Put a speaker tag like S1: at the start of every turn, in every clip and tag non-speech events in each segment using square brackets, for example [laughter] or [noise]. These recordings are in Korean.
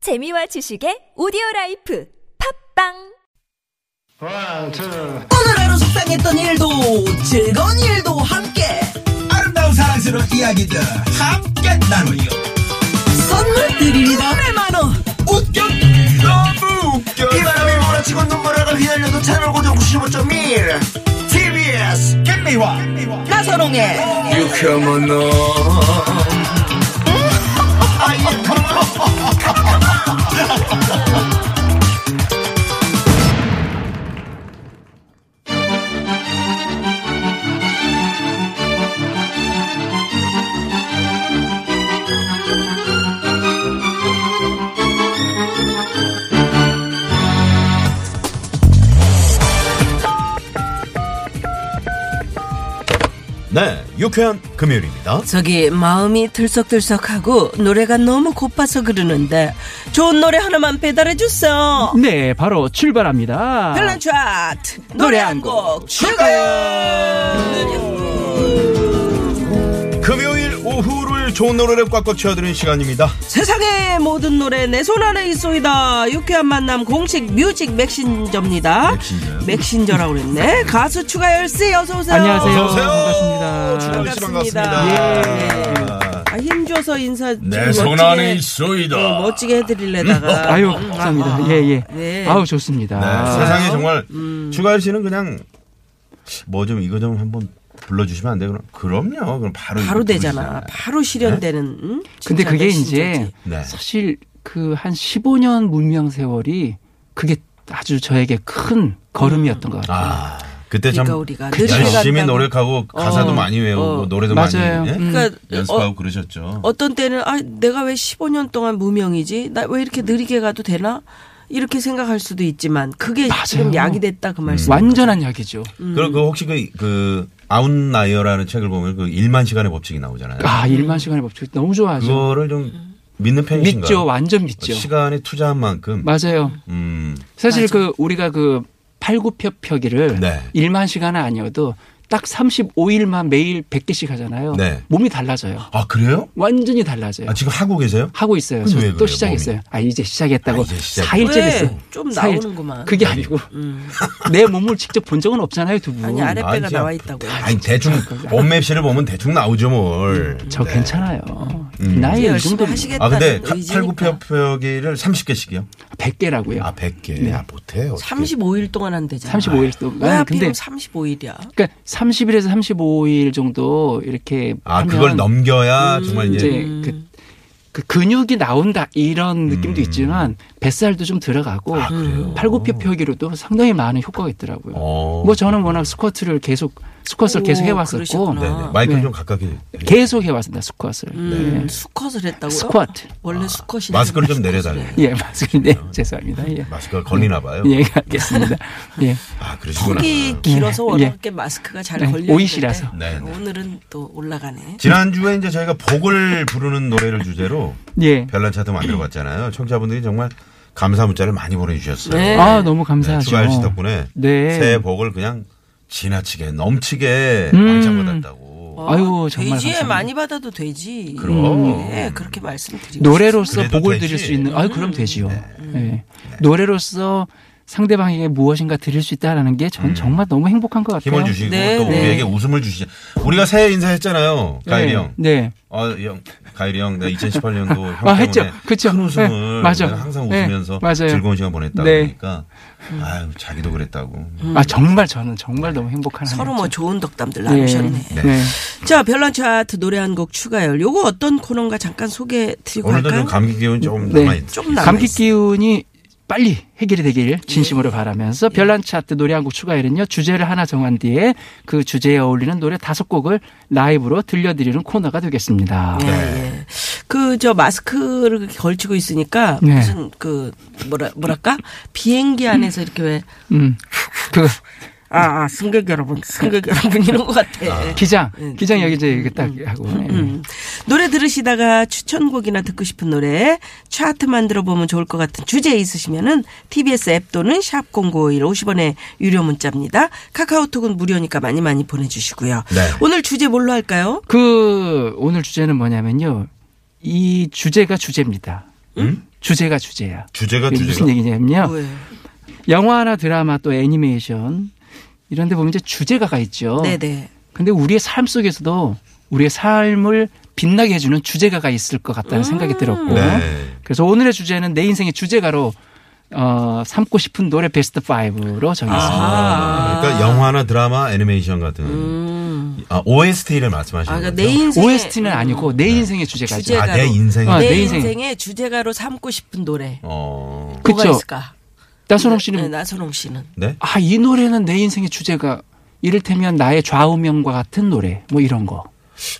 S1: 재미와 지식의 오디오 라이프 팝빵
S2: One, two.
S3: 오늘 하루 속상했던 일도 즐거운 일도 함께
S4: 아름다운 사랑스러운 이야기들 함께 나누요
S3: 선물 드립니다 100만원
S4: 웃겨 너무 웃겨 이 바람이 몰아치고 눈물을 휘날려도 채널 고정 95.1 TBS 김미화
S3: 나선홍의
S4: 유쾌한 너
S5: 네, 유쾌한 금요일입니다.
S3: 저기 마음이 들썩들썩하고 노래가 너무 고파서 그러는데 좋은 노래 하나만 배달해 주세요
S6: 네, 바로 출발합니다.
S3: 별난 차트 노래 한 곡 추가요
S5: 금요일 오후를 좋은 노래를 꽉꽉 채워드리는 시간입니다.
S3: 세상의 모든 노래 내 손 안에 있소이다 유쾌한 만남 공식 뮤직 맥신저입니다
S5: 맥신저요?
S3: 맥신저라고 그랬네 가수 추가열 씨 어서오세요
S6: 안녕하세요.
S5: 어서오세요.
S6: 반갑습니다. 예.
S5: 주간리 씨
S3: 반갑습니다.
S5: 반갑습니다.
S3: 아, 힘줘서 인사 좀
S5: 내 손
S3: 멋지게-
S5: 안에 있소이다.
S3: 어, 멋지게 해드리려다가
S6: 음? 어, 아유, 감사합니다. 예, 예.
S3: 음, 네.
S6: 아우, 음.
S5: 네,
S6: 좋습니다.
S5: 세상에 정말 추가열 씨는 그냥 뭐 좀 이거 좀 한번 불러주시면 안 돼요? 그럼 그럼요. 그럼 바로
S3: 바로
S5: 이렇게
S3: 되잖아
S5: 부르시잖아요.
S3: 바로 실현되는 음? 응?
S6: 네? 근데
S3: 진짜
S6: 그게
S3: 메신저지.
S6: 이제
S5: 네.
S6: 사실 그 한 15년 문명 세월이 그게 아주 저에게 큰 걸음이었던 것 같아요.
S5: 아, 그때 참
S3: 그러니까 우리가
S5: 열심히
S3: 간다고.
S5: 노력하고 가사도 많이 외우고
S3: 어.
S5: 노래도
S6: 맞아요.
S5: 많이 예?
S6: 음.
S3: 그러니까
S5: 연습하고
S3: 어,
S5: 그러셨죠.
S3: 어떤 때는 아 내가 왜 15년 동안 무명이지 나 왜 이렇게 느리게 가도 되나 이렇게 생각할 수도 있지만 그게 지금
S6: 맞아요. 음.
S3: 약이 됐다 그 말씀
S6: 완전한 약이죠.
S3: 음.
S5: 그리고 그 혹시 그, 그 아웃나이어라는 책을 보면 그 1만 시간의 법칙이 나오잖아요.
S6: 아, 일만 시간의 법칙 너무 좋아하죠.
S5: 그거를 좀 믿는 뭐, 편이신가요? 아,
S6: 믿죠. 완전 믿죠.
S5: 시간에 투자한 만큼
S6: 맞아요.
S5: 음,
S6: 사실 그 우리가 그 팔굽혀펴기를
S5: 네.
S6: 일 1만 시간은 아니어도 딱 35일만 매일 100개씩 하잖아요.
S5: 네.
S6: 몸이 달라져요.
S5: 아 그래요?
S6: 완전히 달라져요.
S5: 아, 지금 하고 계세요?
S6: 하고 있어요.
S5: 근데
S6: 저
S5: 왜
S6: 또
S5: 그래요,
S6: 시작했어요.
S5: 몸이?
S6: 아 이제 시작했다고
S5: 아, 이제 네. 시작.
S6: 4일째
S3: 왜?
S6: 됐어요.
S3: 좀
S6: 사일.
S3: 나오는구만. 음.
S6: 그게 아니고 내 몸을 직접 본 적은 없잖아요, 두 분.
S3: 아니 아랫배가
S5: 아니, 진짜.
S3: 나와 있다고요
S5: 아니 대충 몸맵시를 보면 대충 나오죠 뭘.
S6: 음, 저
S5: 네.
S6: 괜찮아요.
S3: 이제
S6: 나이 이
S3: 열심히
S6: 정도
S3: 하시겠다는
S5: 아 근데
S3: 의지니까
S5: 팔굽혀펴기를 30개씩이요?
S6: 100개라고요.
S5: 아 100개.
S6: 네.
S5: 아 못해요.
S3: 35일 동안 한대잖아
S6: 35일 동안.
S3: 왜
S6: 근데
S3: 하필이면 35일이야
S6: 그러니까 30일에서 35일 정도 이렇게
S5: 아
S6: 하면
S5: 그걸 넘겨야 정말 이제,
S6: 이제
S3: 음,
S6: 그, 그 근육이 나온다 이런 느낌도 있지만 뱃살도 좀 들어가고
S5: 음. 아, 그래요?
S6: 팔굽혀펴기로도 상당히 많은 효과가 있더라고요.
S5: 어.
S6: 뭐 저는 워낙 스쿼트를 계속 스쿼트를
S3: 오,
S6: 계속 해왔었고
S3: 그러셨구나.
S5: 네네. 마이크
S6: 네.
S5: 좀 가깝게.
S6: 계속 해왔습니다 스쿼트를. 네.
S3: 음, 수컷을 했다고요?
S6: 스쿼트.
S3: 원래 수컷이
S5: 아, 마스크를 좀 내려달래요.
S6: 예 맞습니다. 네, [laughs] 죄송합니다. 예.
S5: 마스크가 걸리나 봐요.
S6: 예, 알겠습니다. 예.
S5: 아 그러시구나.
S3: 턱이 길어서
S6: 예.
S3: 워낙에 마스크가 잘
S6: 네,
S3: 걸려
S6: 오이시라서.
S5: 네, 네.
S3: 오늘은 또 올라가네
S5: 지난주에 이제 저희가 복을 부르는 노래를 주제로
S6: 예.
S5: 별난 차트 만들어 봤잖아요. 청자분들이 정말 감사 문자를 많이 보내주셨어요.
S3: 네.
S6: 아, 너무 감사하죠.
S5: 추가열 씨 덕분에
S6: 네.
S5: 새해 복을 그냥 지나치게 넘치게
S6: 음. 어,
S5: 왕창 받았다고.
S6: 아유, 정말
S3: 어, 돼지에
S6: 감사합니다.
S3: 많이 받아도 되지
S5: 그럼.
S3: 네, 그렇게 말씀드리고
S6: 노래로서
S5: 그래도
S6: 복을
S5: 되지. 네.
S6: 드릴 수 있는 아 그럼 되지요. 예. 노래로서 상대방에게 무엇인가 드릴 수 있다라는 게 전 정말 너무 행복한 것 같아요.
S5: 음. 힘을 주시고
S3: 네,
S5: 또
S3: 네.
S5: 우리에게 웃음을 주시죠. 우리가 새해 인사했잖아요. 가일이
S6: 네.
S5: 형.
S6: 네.
S5: 아, 형, 가일이 형, 내가 2018년도
S6: [laughs]
S5: 형 때문에
S6: 아, 했죠. 그쵸.
S5: 큰 웃음을
S6: 네, 맞아.
S5: 내가 항상
S6: 네,
S5: 웃으면서
S6: 맞아요.
S5: 즐거운 시간 보냈다 고
S6: 네.
S5: 그러니까 아유 자기도 그랬다고.
S3: 음.
S6: 아 정말 저는 정말 너무 행복한
S3: 서로
S6: 하루였죠.
S3: 뭐 좋은 덕담들
S6: 예.
S3: 나누셨네
S6: 네.
S3: 자 별난 차트 노래 한 곡 추가열 요거 어떤 코너인가 잠깐 소개 드리고
S5: 오늘도
S3: 갈까요?
S5: 좀 감기 기운 조금
S6: 네.
S5: 남아 있.
S3: 조금 남아
S6: 감기 기운이 빨리 해결이 되길 진심으로
S3: 예.
S6: 바라면서 별난 차트 노래 한 곡 추가열은요 주제를 하나 정한 뒤에 그 주제에 어울리는 노래 다섯 곡을 라이브로 들려드리는 코너가 되겠습니다.
S3: 예, 예. 그 저 마스크를 그렇게 걸치고 있으니까
S6: 네.
S3: 무슨 그 뭐라 뭐랄까 비행기 안에서 이렇게 왜
S6: 음, 그
S3: 아, 아, 승객 여러분, 승객 여러분 이런 것 같아.
S6: 기장
S3: 음.
S6: 기장 여기 이제 이렇게 딱 하고 예.
S3: 음. 노래 들으시다가 추천곡이나 듣고 싶은 노래 차트 만들어 보면 좋을 것 같은 주제 있으시면은 TBS 앱 또는 샵 #051 50원의 유료 문자입니다. 카카오톡은 무료니까 많이 많이 보내주시고요.
S5: 네.
S3: 오늘 주제 뭘로 할까요? 음?
S6: 그 오늘 주제는 뭐냐면요. 이 주제가 주제입니다. 주제가 주제야.
S5: 주제가
S6: 이게
S5: 주제가.
S6: 무슨 얘기냐면요.
S3: 뭐예요?
S6: 영화나 드라마 또 애니메이션 이런 데 보면 이제 주제가가 있죠.
S3: 네네.
S6: 근데 우리의 삶 속에서도 우리의 삶을 빛나게 해주는 주제가가 있을 것 같다는
S3: 음.
S6: 생각이 들었고
S5: 네.
S6: 그래서 오늘의 주제는 내 인생의 주제가로 어, 삼고 싶은 노래 베스트 5로 정했습니다.
S5: 아, 그러니까 영화나 드라마, 애니메이션 같은
S6: 음.
S5: 아, OST를 말씀하시는
S3: 아, 그러니까
S5: 거죠.
S3: 내 인생
S6: OST는 아니고
S5: 네.
S6: 내 인생의 주제가
S3: 음. 주제가.
S5: 아, 내 인생.
S6: 아,
S5: 에
S6: 네.
S3: 내
S6: 내 인생.
S3: 인생의 주제가로 삼고 싶은 노래
S5: 어.
S3: 뭐가
S6: 그쵸.
S3: 있을까?
S6: 나선홍
S3: 네,
S6: 씨는 뭐?
S3: 나선홍 씨는
S5: 네?
S6: 아 이 노래는 내 인생의 주제가 이를테면 나의 좌우명과 같은 노래 뭐 이런 거.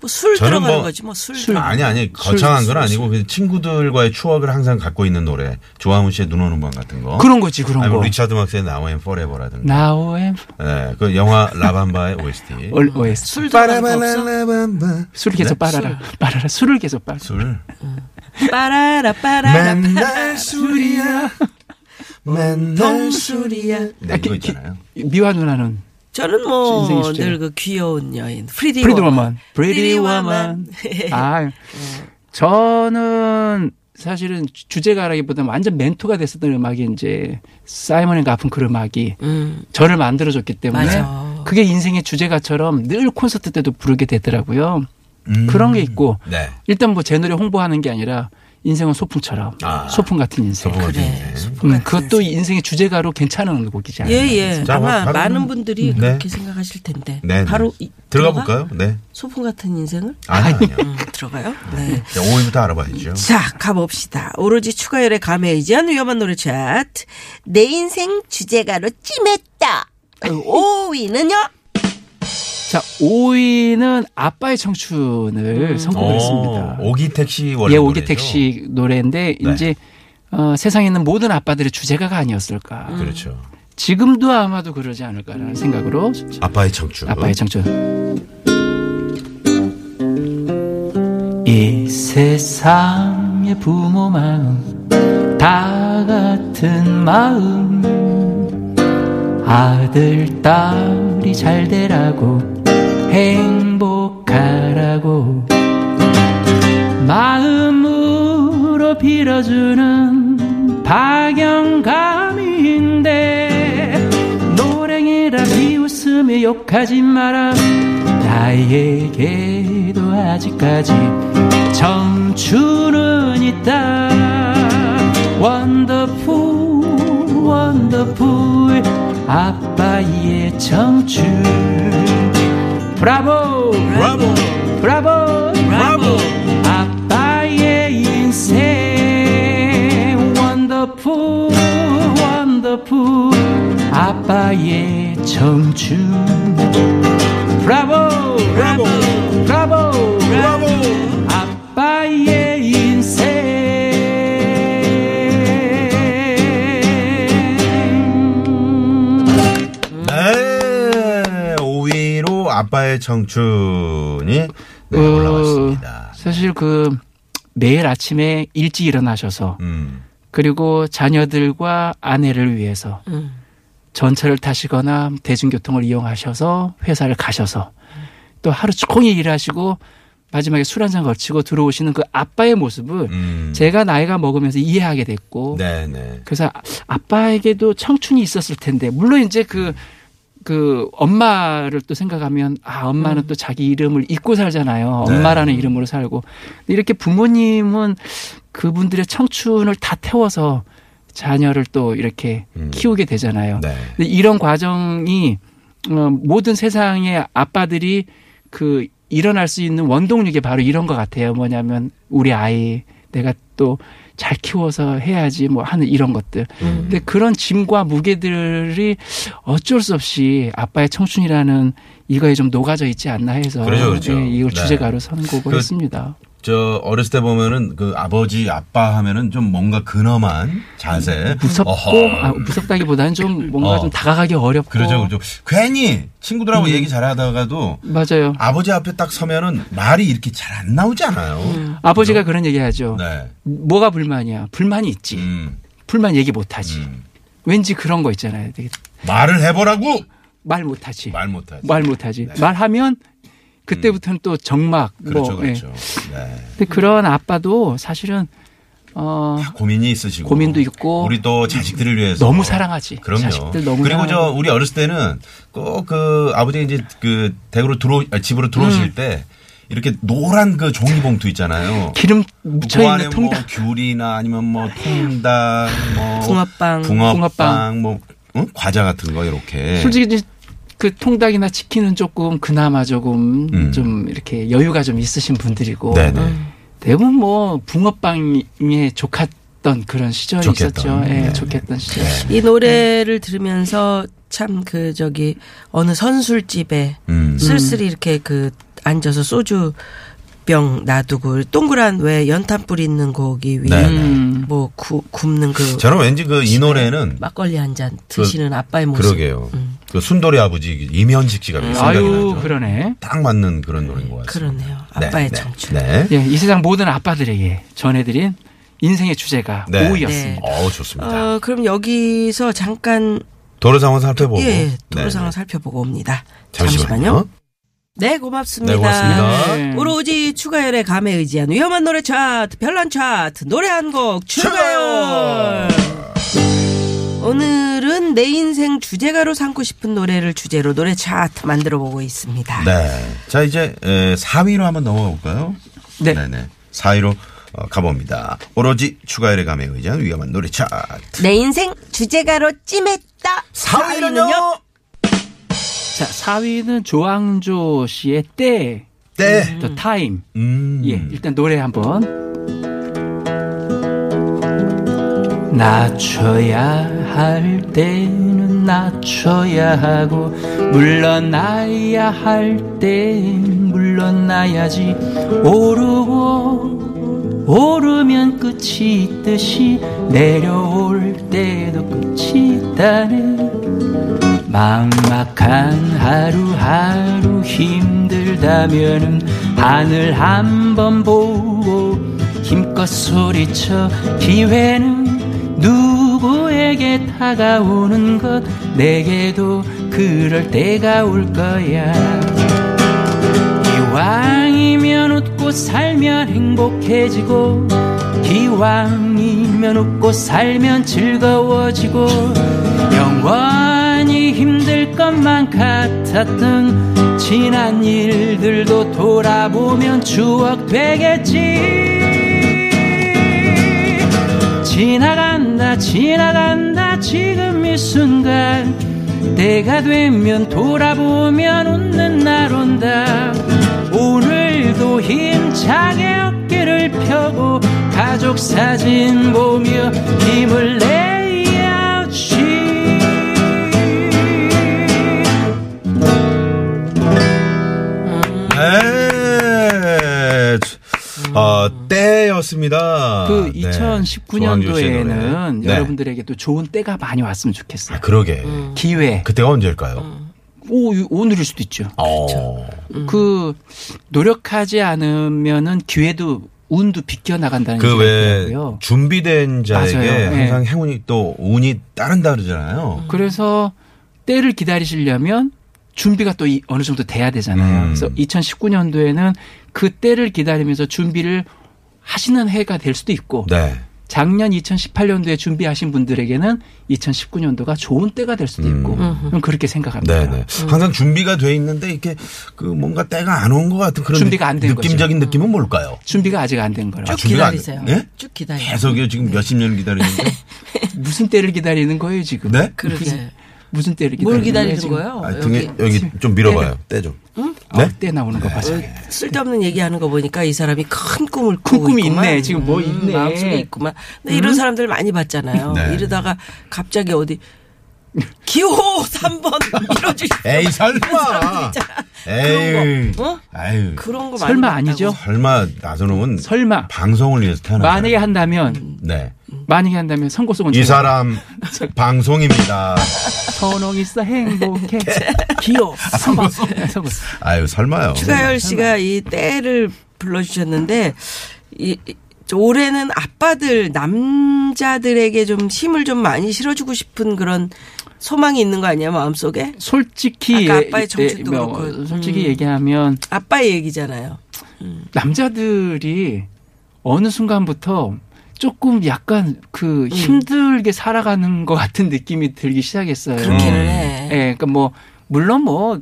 S3: 뭐 술
S5: 저는
S3: 들어가는
S5: 뭐
S3: 거지 뭐 술
S5: 아니 아니 거창한 건 아니고 그냥 친구들과의 추억을 항상 갖고 있는 노래 조항훈 씨의 눈 오는 밤 같은 거
S6: 그런 거지 그런
S5: 어? 아니면
S6: 거.
S5: 리차드 막스의 Now and Forever라든가
S6: Now I'm
S5: 네, 그 영화 라밤바의 OST
S6: all OST.
S3: 술 들어가는 거 없어?
S5: 라밤바
S6: 예. 술을 계속 빨아라. 빨아라. 술을 계속 빨아.
S5: 술
S3: 빠라라 빠라라
S5: 맨날 술이야 맨날
S3: 술이야.
S5: 네 이거 있잖아요
S6: 미화 누나는
S3: 저는
S6: 인생의
S3: 뭐
S6: 주제가.
S3: 늘 그 귀여운 여인 프리디
S6: 프리드
S3: 워먼.
S6: 워먼.
S3: Pretty
S6: 프리디
S3: Woman.
S6: 워먼. 아, 저는 사실은 주- 주제가라기보다는 완전 멘토가 됐었던 음악이 이제 사이먼 앤 가펑클 그 음악이
S3: [laughs] 음,
S6: 저를 만들어줬기 때문에
S3: 맞아.
S6: 그게 인생의 주제가처럼 늘 콘서트 때도 부르게 되더라고요.
S5: 음.
S6: 그런 게 있고
S5: 네
S6: 일단 뭐 제 노래 홍보하는 게 아니라 인생은 소품처럼
S5: 아.
S6: 소품 같은 인생.
S5: 저분
S3: 그래.
S5: 어때?
S6: 음, 그것도 인생의 주제가로 괜찮은 곡이지 않아요?
S3: 예, 예.
S5: 자,
S3: 아마
S5: 바로-
S3: 많은 분들이
S5: 네.
S3: 그렇게 생각하실 텐데.
S5: 네, 네.
S3: 바로 이-
S5: 들어가 볼까요? 네
S3: 소풍 같은 인생을
S5: 아니 아니요
S3: 음, 들어가요. 음, 네.
S5: 자, 5위부터 알아봐야죠
S3: 자, 가봅시다. 오로지 추가열의 감에 의지한 위험한 노래 차트. 내 인생 주제가로 찜했다. 5위는요?
S6: 자, 5위는 아빠의 청춘을 선곡을 했습니다.
S5: 오, 오기택 씨 원래
S6: 예, 오기
S5: 노래죠?
S6: 택시 노래인데
S5: 네.
S6: 이제 어, 세상에 있는 모든 아빠들의 주제가가 아니었을까.
S5: 그렇죠
S6: 지금도 아마도 그러지 않을까라는 생각으로
S5: 아빠의 청춘
S6: 아빠의 청춘. 이 세상의 부모 마음 다 같은 마음 아들 딸이 잘 되라고 행복하라고 마음으로 빌어주는 박영감인데 노랭이라 비웃으며 욕하지 마라 나에게도 아직까지 청춘은 있다 원더풀 원더풀 아빠의 청춘 브라보
S5: 브라보
S6: 브라보
S5: 브라보
S6: 아빠의 인생 원더풀 원더풀 아빠의 청춘 브라보
S5: 브라보
S6: 브라보
S5: 브라보
S6: 아빠의 인생
S5: 네 5위로 아빠의 청춘이 네,
S6: 어,
S5: 올라왔습니다
S6: 사실 그 매일 아침에 일찍 일어나셔서
S5: 음.
S6: 그리고 자녀들과 아내를 위해서 전철을 타시거나 대중교통을 이용하셔서 회사를 가셔서 또 하루 종일 일하시고 마지막에 술 한 잔 걸치고 들어오시는 그 아빠의 모습을
S5: 음.
S6: 제가 나이가 먹으면서 이해하게 됐고
S5: 네네.
S6: 그래서 아- 아빠에게도 청춘이 있었을 텐데 물론 이제 그 그 엄마를 또 생각하면 아 엄마는 또 자기 이름을 잊고 살잖아요
S5: 음. 네.
S6: 엄마라는 이름으로 살고 이렇게 부모님은 그분들의 청춘을 다 태워서 자녀를 또 이렇게
S5: 음.
S6: 키우게 되잖아요
S5: 네.
S6: 근데 이런 과정이 어, 모든 세상의 아빠들이 그 일어날 수 있는 원동력이 바로 이런 것 같아요. 뭐냐면 우리 아이 내가 또 잘 키워서 해야지 뭐 하는 이런 것들.
S5: 음.
S6: 근데 그런 짐과 무게들이 어쩔 수 없이 아빠의 청춘이라는 이거에 좀 녹아져 있지 않나 해서
S5: 그렇죠, 그렇죠.
S6: 예, 이걸
S5: 네.
S6: 주제가로 선곡을
S5: 그-
S6: 했습니다.
S5: 저 어렸을 때 보면은 그 아버지 아빠 하면은 좀 뭔가 근엄한 자세.
S6: 무섭고
S5: 어허.
S6: 아, 무섭다기보다는 좀 뭔가
S5: 어.
S6: 좀 다가가기 어렵고
S5: 그러죠, 그렇죠. 괜히 친구들하고
S6: 음.
S5: 얘기 잘하다가도
S6: 맞아요.
S5: 아버지 앞에 딱 서면은 말이 이렇게 잘 안 나오지 않아요.
S6: 아버지가 그런 얘기하죠.
S5: 네.
S6: 뭐가 불만이야? 불만이 있지.
S5: 음.
S6: 불만 얘기 못하지.
S5: 음.
S6: 왠지 그런 거 있잖아요. 되게
S5: 말을 해보라고
S6: 말 못하지.
S5: 말 못하지.
S6: 말 못하지. 말하면 그때부터는 또 정막.
S5: 음. 그렇죠,
S6: 뭐, 예.
S5: 그렇죠. 네.
S6: 근데 그런 아빠도 사실은 어,
S5: 고민이 있으시고
S6: 고민도 있고
S5: 우리 또 자식들을 위해서
S6: 너무 사랑하지.
S5: 그럼요.
S6: 자식들 너무
S5: 그리고 저
S6: 사랑하고.
S5: 우리 어렸을 때는 꼭 그 아버지 이제 그 댁으로 들어 아, 집으로 들어오실
S6: 음.
S5: 때 이렇게 노란 그 종이 봉투 있잖아요.
S6: 기름
S5: 그 안에
S6: 묻혀있는 통닭.
S5: 뭐 귤이나 아니면 뭐 통닭, 뭐
S3: 붕어빵.
S5: 붕어빵,
S6: 붕어빵.
S5: 뭐 응? 과자 같은 거 이렇게.
S6: 솔직히 이제 그 통닭이나 치킨은 조금 그나마 조금
S5: 음.
S6: 좀 이렇게 여유가 좀 있으신 분들이고
S5: 네네.
S6: 대부분 뭐 붕어빵에 좋았던 그런 시절이
S5: 좋겠던.
S6: 있었죠. 예,
S5: 네.
S6: 좋겠던 시절.
S3: 이 노래를 들으면서 참 그 저기 어느 선술집에
S5: 음.
S3: 쓸쓸히 이렇게 그 앉아서 소주 병 놔두고 동그란 왜 연탄 뿌리 있는 고기 위에
S5: 네.
S6: 음.
S3: 뭐 구, 굽는 그
S5: 저는 왠지 그 이 노래는
S3: 막걸리 한 잔 드시는 아빠의 모습.
S5: 그러게요. 그 순돌이 아버지 이면식 씨가 생각이
S6: 음. 아유
S5: 나죠.
S6: 그러네.
S5: 딱 맞는 그런 노래인 것 같습니다.
S3: 그러네요. 아빠의
S5: 네,
S3: 청춘.
S5: 네.
S6: 예, 이 세상 모든 아빠들에게 전해드린 인생의 주제가
S5: 네.
S6: 오이였습니다.
S5: 어우 좋습니다.
S3: 어, 그럼 여기서 잠깐
S5: 도로 상황 살펴보고.
S3: 예 도로
S5: 네,
S3: 상황
S5: 네.
S3: 살펴보고 옵니다.
S5: 잠시만요.
S3: 네
S5: 네, 고맙습니다.
S6: 네.
S3: 오로지 추가열의 감에 의지한 위험한 노래 차트, 별난 차트, 노래 한 곡 추가열. 오늘은 내 인생 주제가로 삼고 싶은 노래를 주제로 노래 차트 만들어 보고 있습니다.
S5: 네. 자 이제 에, 4위로 한번 넘어가 볼까요?
S6: 네.
S5: 네 4위로 어, 가봅니다. 오로지 추가열의 감에 의지한 위험한 노래 차트.
S3: 내 인생 주제가로 찜했다. 4위는요?
S6: 자, 4위는 조항조 씨의 때,
S5: 네.
S6: The Time.
S5: 음.
S6: 예, 일단 노래 한번. 낮춰야 할 때는 낮춰야 하고 물러나야 할 땐 물러나야지 오르고 오르면 끝이 있듯이 내려올 때도 끝이 있다네 막막한 하루하루 힘들다면은 하늘 한번 보고 힘껏 소리쳐 기회는 누구에게 다가오는 것 내게도 그럴 때가 올 거야 기왕이면 웃고 살면 행복해지고 기왕이면 웃고 살면 즐거워지고 영원히 힘들 것만 같았던 지난 일들도 돌아보면 추억 되겠지 지나간다 지나간다 지금 이 순간 때가 되면 돌아보면 웃는 날 온다 오늘도 힘차게 어깨를 펴고 가족 사진 보며 힘을 내야지
S5: 네. 어, 때였습니다.
S6: 그
S5: 네. 조항조 씨의 노래.
S6: 2019년도에는
S5: 네.
S6: 여러분들에게 음. 또 좋은 때가 많이 왔으면 좋겠어요
S5: 아, 그러게.
S6: 기회
S5: 그때가 언제일까요?
S6: 오, 오늘일 수도 있죠
S5: 어.
S3: 음.
S6: 그 노력하지 않으면은 기회도 운도 비껴 나간다는
S5: 그 왜
S6: 얘기고요.
S5: 준비된 자에게
S6: 네, 맞아요.
S5: 항상
S6: 예.
S5: 행운이 또 운이 따른다 그러잖아요.
S6: 그래서 때를 기다리시려면 준비가 또 이- 어느 정도 돼야 되잖아요.
S5: 음.
S6: 그래서 2019년도에는 그 때를 기다리면서 준비를 하시는 해가 될 수도 있고
S5: 네.
S6: 작년 2018년도에 준비하신 분들에게는 2019년도가 좋은 때가 될 수도 있고 저는 그렇게 생각합니다.
S5: 음. 네, 네. 항상 준비가 돼 있는데 이렇게 그 뭔가 때가 안 온 것 같은 그런
S6: 준비가 안된
S5: 느낌적인 느낌은 뭘까요?
S6: 준비가 아직 안 된 거라.
S3: 쭉
S5: 준비가 안-
S3: 기다리세요. 네.
S5: 예?
S3: 쭉 기다리세요.
S5: 계속요 지금 몇십 년 기다리는데.
S6: 무슨 때를 기다리는 거예요 지금?
S5: 네?
S3: 그러게.
S6: 무슨 때를 기다리는
S3: 뭘
S6: 거예요,
S3: 기다리는
S6: 지금?
S3: 거예요?
S5: 아, 등에
S3: 어, 여기
S5: 여기 좀 밀어봐요. 때 좀. 네?
S6: 아, 때 나오는 거 봐서.
S3: 쓸데없는 얘기하는 거 보니까 이 사람이 큰 꿈을
S6: 큰
S3: 꾸고
S6: 꿈이
S3: 있구만.
S6: 있네. 지금 뭐 있네.
S3: 마음속에 있구만. 근데 이런 사람들 많이 봤잖아요.
S5: 네.
S3: 이러다가 갑자기 어디 기호 3번
S5: [laughs]
S3: 밀어주시오.
S5: 에이 설마. 아, 에이.
S3: 그런 거, 어?
S5: 아유.
S3: 그런 거 많이
S6: 설마
S3: 봤다고.
S6: 아니죠?
S5: 설마 나선홍은
S6: 설마
S5: 방송을 위해서 타는
S6: 만약에 어,
S5: 거예요.
S6: 한다면
S5: 네.
S6: 만약에 한다면 선고송은
S5: 이 사람 방송입니다.
S6: 선홍 있어
S5: [laughs]
S6: 행복해
S5: 네.
S6: 귀여워
S5: 아,
S6: 선고송 선고송
S5: 아유 설마요.
S3: 추가열 씨가 이 때를 불러주셨는데 이, 이- 저 올해는 아빠들 남자들에게 좀 힘을 좀 많이 실어주고 싶은 그런 소망이 있는 거 아니야 마음속에?
S6: 솔직히
S3: 아까 아빠의
S6: 이때
S3: 정신도
S6: 뭐,
S3: 그렇고. 음.
S6: 솔직히 얘기하면
S3: 아빠의 얘기잖아요.
S6: 남자들이 어느 순간부터 조금 약간
S3: 음.
S6: 그 힘들게 살아가는 것 같은 느낌이 들기 시작했어요.
S3: 그렇기는
S5: 음.
S3: 해.
S6: 예, 그러니까 뭐 물론 뭐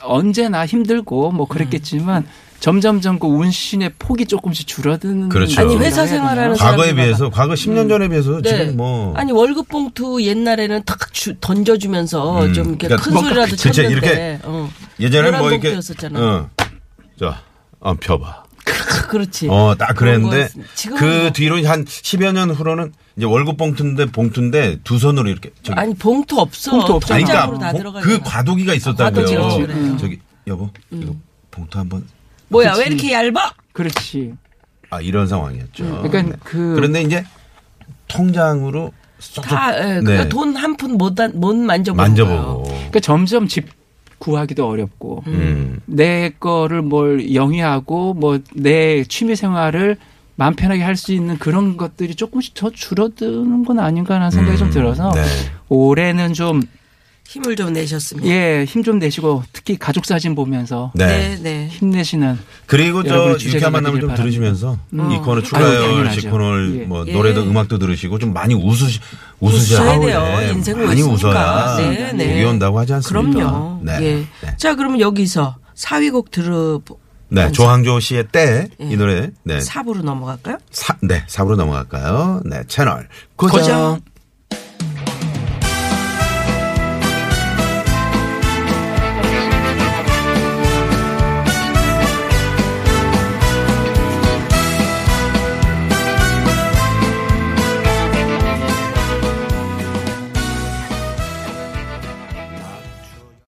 S6: 언제나 힘들고 뭐 그랬겠지만 점점점 그 운신의 폭이 조금씩 줄어드는
S5: 그렇죠.
S3: 아니
S5: 그렇죠.
S3: 회사
S6: 느낌이라고 해야 되나?
S3: 생활하는
S5: 과거에
S3: 사람들마다-
S5: 비해서 과거 10년 전에 비해서 지금 뭐
S3: 음. 네. 아니 월급 봉투 옛날에는 탁 주- 던져주면서
S5: 음,
S3: 좀 이렇게
S5: 그러니까
S3: 큰
S5: 뭔가
S3: 소리라도
S5: 진짜
S3: 쳤는데
S5: 이렇게
S3: 어.
S5: 예전에는
S3: 노란
S5: 뭐 이렇게
S3: 봉투였었잖아.
S5: 어. 자, 안 펴봐.
S3: 크, 네. 그렇지.
S5: 어, 딱
S3: 그런
S5: 그랬는데
S3: 거였-
S5: 그
S3: 지금은 뭐-
S5: 뒤로 한 10여 년 후로는 이제 월급 봉투인데 봉투인데 두 손으로 이렇게 저기
S3: 아니 봉투 없어.
S6: 봉투 없어.
S5: 아니,
S3: 통장으로
S5: 그러니까
S3: 다 아, 그렇죠, 들어가.
S5: 봉- 그 과도기가 있었다고요.
S3: 과도기가 있었어요.
S5: 저기 여보
S3: 음.
S5: 이거 봉투 한번
S3: 뭐야 왜 이렇게 얇아?
S6: 그렇지.
S5: 아 이런
S3: 음.
S5: 상황이었죠.
S6: 그러니까 그-
S5: 런데 이제 통장으로 쏙쏙
S3: 다 예, 그러니까 돈 한 푼못못 만져보고.
S5: 네. 만져보고.
S6: 그러니까 점점 집 구하기도 어렵고
S5: 음.
S6: 내 거를 뭘 영위하고 뭐 내 취미 생활을 마음 편하게 할 수 있는 그런 것들이 조금씩 더 줄어드는 건 아닌가 하는 생각이 좀
S5: 음,
S6: 들어서
S5: 네.
S6: 올해는 좀
S3: 힘을 좀 내셨습니다.
S6: 예, 힘 좀 내시고 특히 가족 사진 보면서
S5: 네.
S3: 네, 네.
S6: 힘내시는
S5: 그리고 저
S6: 여러분의 주제가
S5: 유쾌한 만남을 좀
S6: 되길 바랍니다.
S5: 들으시면서 이 코너
S6: 아유,
S5: 추가열
S6: 당연하죠.
S5: 씨 코너
S6: 예.
S5: 뭐
S3: 예.
S5: 노래도 음악도 들으시고 좀 많이 웃으시 웃으셔야
S3: 웃어야
S5: 하고,
S3: 돼요.
S5: 네.
S3: 인생은
S5: 많이
S3: 웃으니까.
S5: 웃어야
S3: 네, 네.
S5: 목이 온다고 하지 않습니까?
S3: 그럼요.
S5: 네.
S3: 예.
S5: 네.
S3: 자, 그러면 여기서 사위곡 들어
S5: 네, 조항조 씨의 때 이 노래 네.
S3: 삽으로 넘어갈까요?
S5: 사, 네, 4부로 넘어갈까요? 네, 채널 고정.
S3: 고정.